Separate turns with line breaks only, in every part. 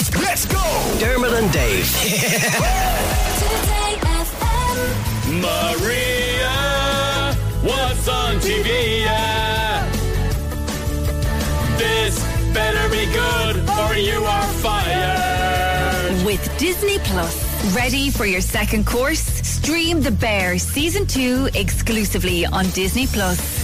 Let's go!
Dermot and Dave.
Today FM.
Maria, what's on TV? This better be good or you are fired.
With Disney Plus. Ready for your second course? Stream The Bear Season 2 exclusively on Disney Plus.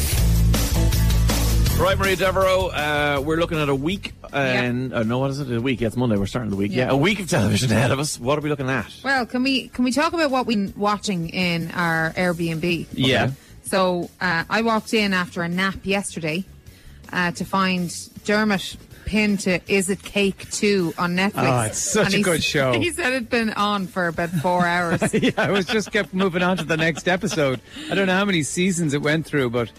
Right, Maria Devereaux, uh, we're looking at a week, and uh, no, what is it? A week? Yeah, it's Monday. We're starting the week. Yeah.
Yeah.
a week of television ahead of us. What are we looking at?
Well, can we can we talk about what we're watching in our Airbnb?
Yeah.
So uh, I walked in after a nap yesterday uh, to find Dermot pinned to Is It Cake 2 on Netflix.
Oh, it's such
And
a
he
good
s-
show.
He said it'd been on for about four hours.
yeah, I was just kept moving on to the next episode. I don't know how many seasons it went through, but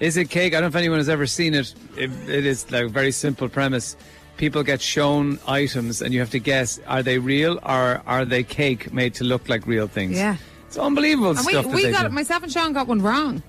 is it cake? I don't know if anyone has ever seen it. It, it is like a very simple premise. People get shown items, and you have to guess: are they real or are they cake made to look like real things?
Yeah.
it's unbelievable
and we,
stuff. that
we
they
got
do.
it, myself and Sean got one wrong.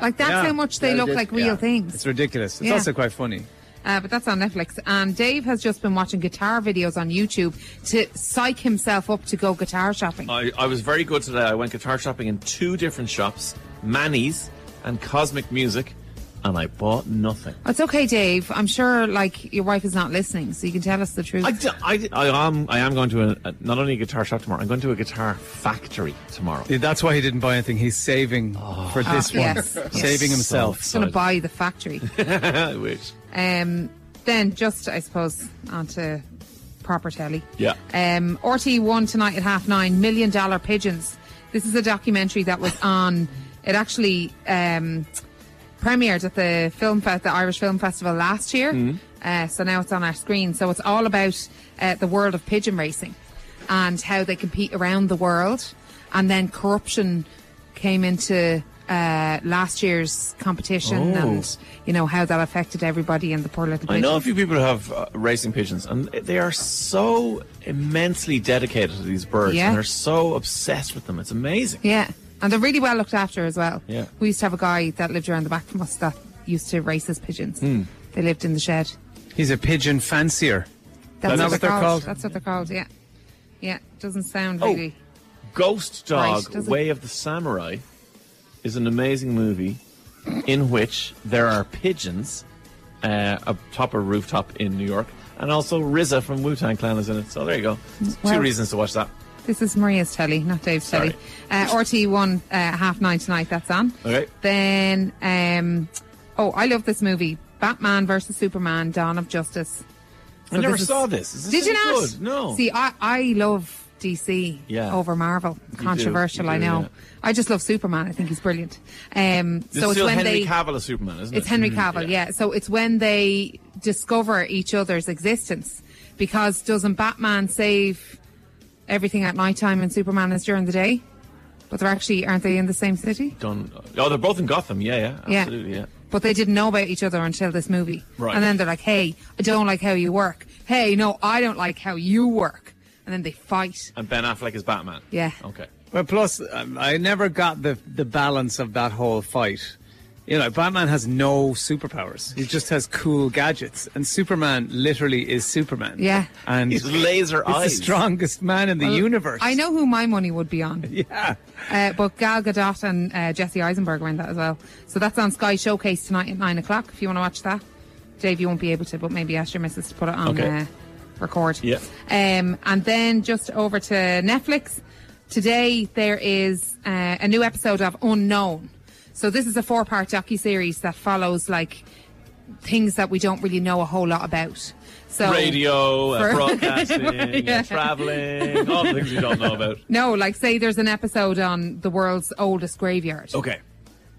Like, that's
Yeah.
how much they
Yeah,
look
did.
like real
Yeah.
things.
It's ridiculous. It's
Yeah.
also quite funny.
Uh, but that's on Netflix. And Dave has just been watching guitar videos on YouTube to psych himself up to go guitar shopping.
I, I was very good today. I went guitar shopping in two different shops, Manny's and Cosmic Music, and I bought nothing.
It's okay, Dave. I'm sure, like, your wife is not listening, so you can tell us the truth.
I, d- I, d- I am I am going to a, a- not only a guitar shop tomorrow. I'm going to a guitar factory tomorrow.
Yeah, That's why he didn't buy anything. He's saving for this one,
Ah. Oh, yes, yes.
saving himself.
Just going to buy the factory.
I wish.
um, then, just, I suppose, onto proper telly.
Yeah.
Um, RT1 tonight at half nine, Million Dollar Pigeons. This is a documentary that was on, it actually um, premiered at the film fe- the Irish Film Festival last year.
Mm-hmm.
Uh, so now it's on our screen. So it's all about uh, the world of pigeon racing and how they compete around the world. And then corruption came into uh, last year's competition
Oh.
and, you know, how that affected everybody and the poor little
I
pigeons.
know a few people who have uh, racing pigeons, and they are so immensely dedicated to these birds,
Yeah.
and they're so obsessed with them. It's amazing.
Yeah, and they're really well looked after as well.
Yeah.
We used to have a guy that lived around the back from us that used to race his pigeons.
Hmm.
They lived in the shed.
He's a pigeon fancier.
That's,
That's
what,
what
they're
they're
called.
called?
That's what they're called. Yeah, yeah. Doesn't sound
Oh.
really.
Ghost Dog:
Right, doesn't-
Way of the Samurai is an amazing movie in which there are pigeons uh, atop a rooftop in New York, and also RZA from Wu Tang Clan is in it. So there you go.
Well-
Two reasons to watch that.
This is Maria's telly, not Dave's telly.
Sorry.
Uh, RT one uh, half nine tonight. That's on.
Okay.
Then, um, oh, I love this movie, Batman versus Superman: Dawn of Justice.
I
So
never
this is-
saw this. Is this
Did you
any
not?
Good? No.
See, I, I love DC
Yeah.
over Marvel.
do,
Controversial,
you
I
do,
know.
yeah.
I just love Superman. I think he's brilliant. Um,
It's
so it's
still
when
Henry
they
Cavill as Superman, isn't
it's
it?
Henry
Mm,
Cavill, yeah. So it's when they discover each other's existence, because doesn't Batman save everything at nighttime and Superman is during the day? But they're actually aren't they in the same city?
Done. Oh, they're both in Gotham. Yeah, yeah.
Yeah.
Absolutely, yeah.
But they didn't know about each other until this movie.
Right.
And then they're like, hey, I don't like how you work. Hey, no, I don't like how you work. And then they fight.
And Ben Affleck is Batman.
Yeah.
Okay.
Well, plus, um, I never got the, the balance of that whole fight. You know, Batman has no superpowers. He just has cool gadgets. And Superman literally is Superman.
Yeah.
And
He's laser
he's
eyes.
the strongest man in the universe.
I know who my money would be on.
Yeah.
Uh, but Gal Gadot and uh, Jesse Eisenberg were in that as well. So that's on Sky Showcase tonight at 9 o'clock if you want to watch that. Dave, you won't be able to, but maybe ask your missus to put it on
Okay.
uh, record.
Yeah.
Um, and then just over to Netflix. Today there is uh, a new episode of Unknown. So this is a four-part docu-series that follows like things that we don't really know a whole lot about. So
Radio, uh,
For-
broadcasting, uh,
Yeah.
traveling, all the things you don't know about.
No, like say there's an episode on the world's oldest graveyard.
Okay.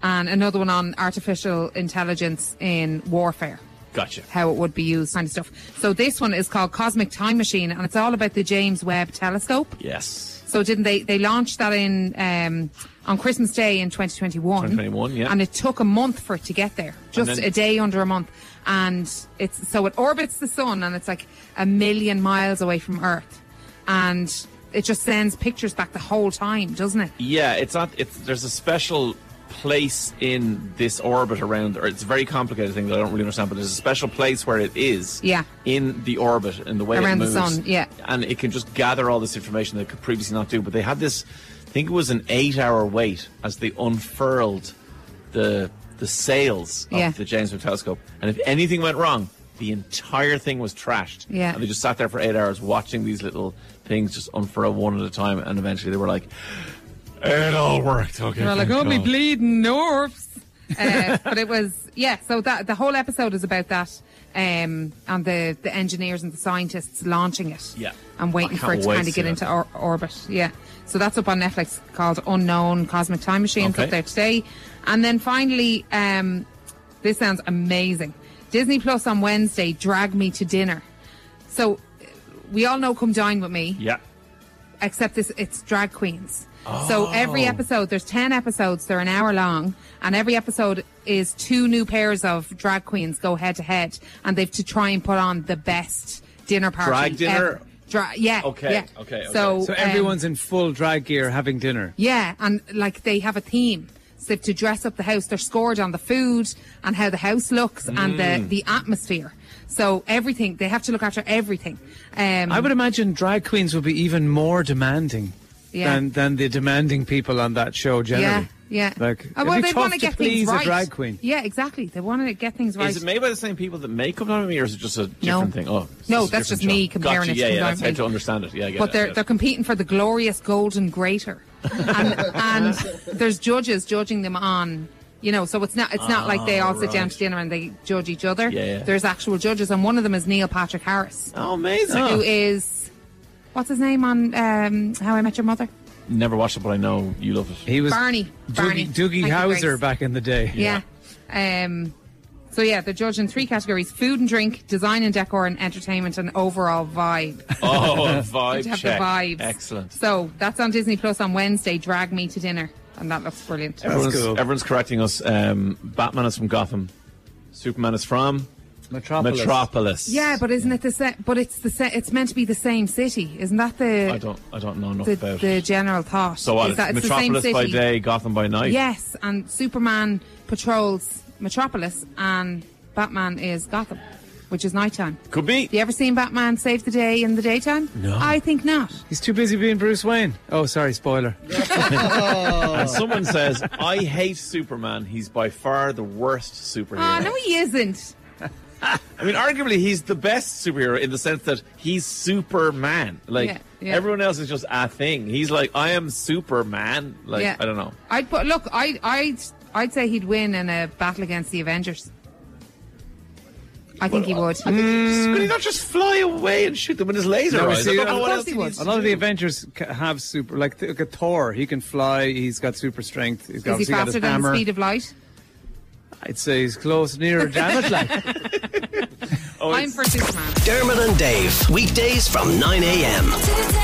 and another one on artificial intelligence in warfare,
Gotcha.
how it would be used, kind of stuff. So this one is called Cosmic Time Machine, and it's all about the James Webb Telescope.
Yes.
So didn't they? They launched that in um, on Christmas Day in 2021.
2021, yeah.
And it took a month for it to get there, just
then-
a day under a month. And it's so it orbits the sun, and it's like a million miles away from Earth, and it just sends pictures back the whole time, doesn't it?
Yeah, it's not. It's there's a special place in this orbit around, or it's a very complicated thing that I don't really understand, but there's a special place where it is
Yeah.
in the orbit and the way
Around
it
the
moves.
sun, yeah.
And it can just gather all this information that it could previously not do. But they had this, I think it was an eight hour wait as they unfurled the the sails of
Yeah.
the James Webb telescope. And if anything went wrong, the entire thing was trashed.
Yeah.
And they just sat there for eight hours watching these little things just unfurl one at a time. And eventually they were like, it all worked. Okay.
We're all like,
thank
oh, me
God."
bleeding nerves. Uh, but it was, yeah, so that the whole episode is about that um, and the, the engineers and the scientists launching it.
Yeah.
And
I
waiting for
can't
it to
wait
kind
to
of get
see
into
that.
or- orbit. Yeah. So that's up on Netflix called Unknown Cosmic Time Machine. It's
Okay.
up there today. And then finally, um, this sounds amazing. Disney Plus on Wednesday, Drag Me to Dinner. So uh, we all know Come Dine With Me
Yeah.
except this it's drag queens. So
Oh.
every episode, there's 10 episodes, they're an hour long, and every episode is two new pairs of drag queens go head to head, and they've to try and put on the best dinner party.
Drag dinner?
Ever. Dra- yeah.
Okay,
yeah.
okay, okay.
So,
So
um,
everyone's in full drag gear having dinner.
yeah, and like they have a theme. So they have to dress up the house. They're scored on the food and how the house looks and
Mm.
the, the atmosphere. So everything, they have to look after everything. Um,
I would imagine drag queens would be even more demanding
Yeah.
than than the demanding people on that show generally.
Yeah, yeah.
Like,
oh, well,
it'd be
they
tough
want
to
to get
please
things right.
a drag queen.
Yeah, exactly. They want to get things right.
Is it made by the same people that make Come Down With Me, or is it just a different
No.
thing? Oh, it's
No,
a
that's
different
just me
show.
comparing
gotcha.
it to
Yeah,
Come
yeah,
Down
that's
With
how
Me.
to understand it. Yeah, I get
but
it,
they're
I get
they're
it.
competing for the glorious golden grater, and, and there's judges judging them on. You know, so it's not it's not like they
Ah,
all sit down
right.
to dinner and they judge each other.
Yeah, yeah.
There's actual judges, and one of them is Neil Patrick Harris,
Ah.
Oh, amazing.
who is what's his name on um, How I Met Your Mother?
Never watched it, but I know you love it.
He was
Barney. Barney.
Doogie, Doogie
Thank you,
Howser
Grace.
back in the day.
Yeah. Um, so yeah, they're judged in three categories: food and drink, design and decor, and entertainment and overall vibe.
Oh, a
to
vibe
have
check.
the vibes.
Excellent.
So that's on Disney Plus on Wednesday. Drag me to dinner, and that looks brilliant.
Everyone's,
cool.
everyone's correcting us. Um, Batman is from Gotham. Superman is from
Metropolis.
Metropolis.
Yeah, but isn't it the same? But it's the sa- It's meant to be the same city, isn't that the
I don't, I don't know enough
the,
about
the
it.
general thought?
So what?
Is that
It's
it's the same
Metropolis by
city.
day, Gotham by night.
Yes, and Superman patrols Metropolis, and Batman is Gotham, which is nighttime.
Could be.
You ever seen Batman save the day in the daytime? No. I think not.
He's too busy being Bruce Wayne. Oh, sorry, spoiler.
And someone says, I hate Superman. He's by far the worst superhero.
Ah, no, he isn't.
I mean, arguably, he's the best superhero in the sense that he's Superman. Like,
Yeah, yeah.
everyone else is just a thing. He's like, I am Superman. Like,
yeah.
I don't know.
I'd put look. I I'd I'd say he'd win in a battle against the Avengers. I think he would. Mm.
Just- Could he not just fly away and shoot them with his laser
No,
eyes?
see,
I don't
of
know what
course
else
he
he
would.
needs
A
to
lot of the
do.
Avengers ca- have super, like, th- look at Thor. He can fly. He's got super strength. He's got,
Is he
obviously got his
faster than
hammer.
the speed of light?
I'd say he's close, near, damn it, like.
Oh,
I'm for Superman.
Dermot and Dave. Weekdays from 9 a.m.
To the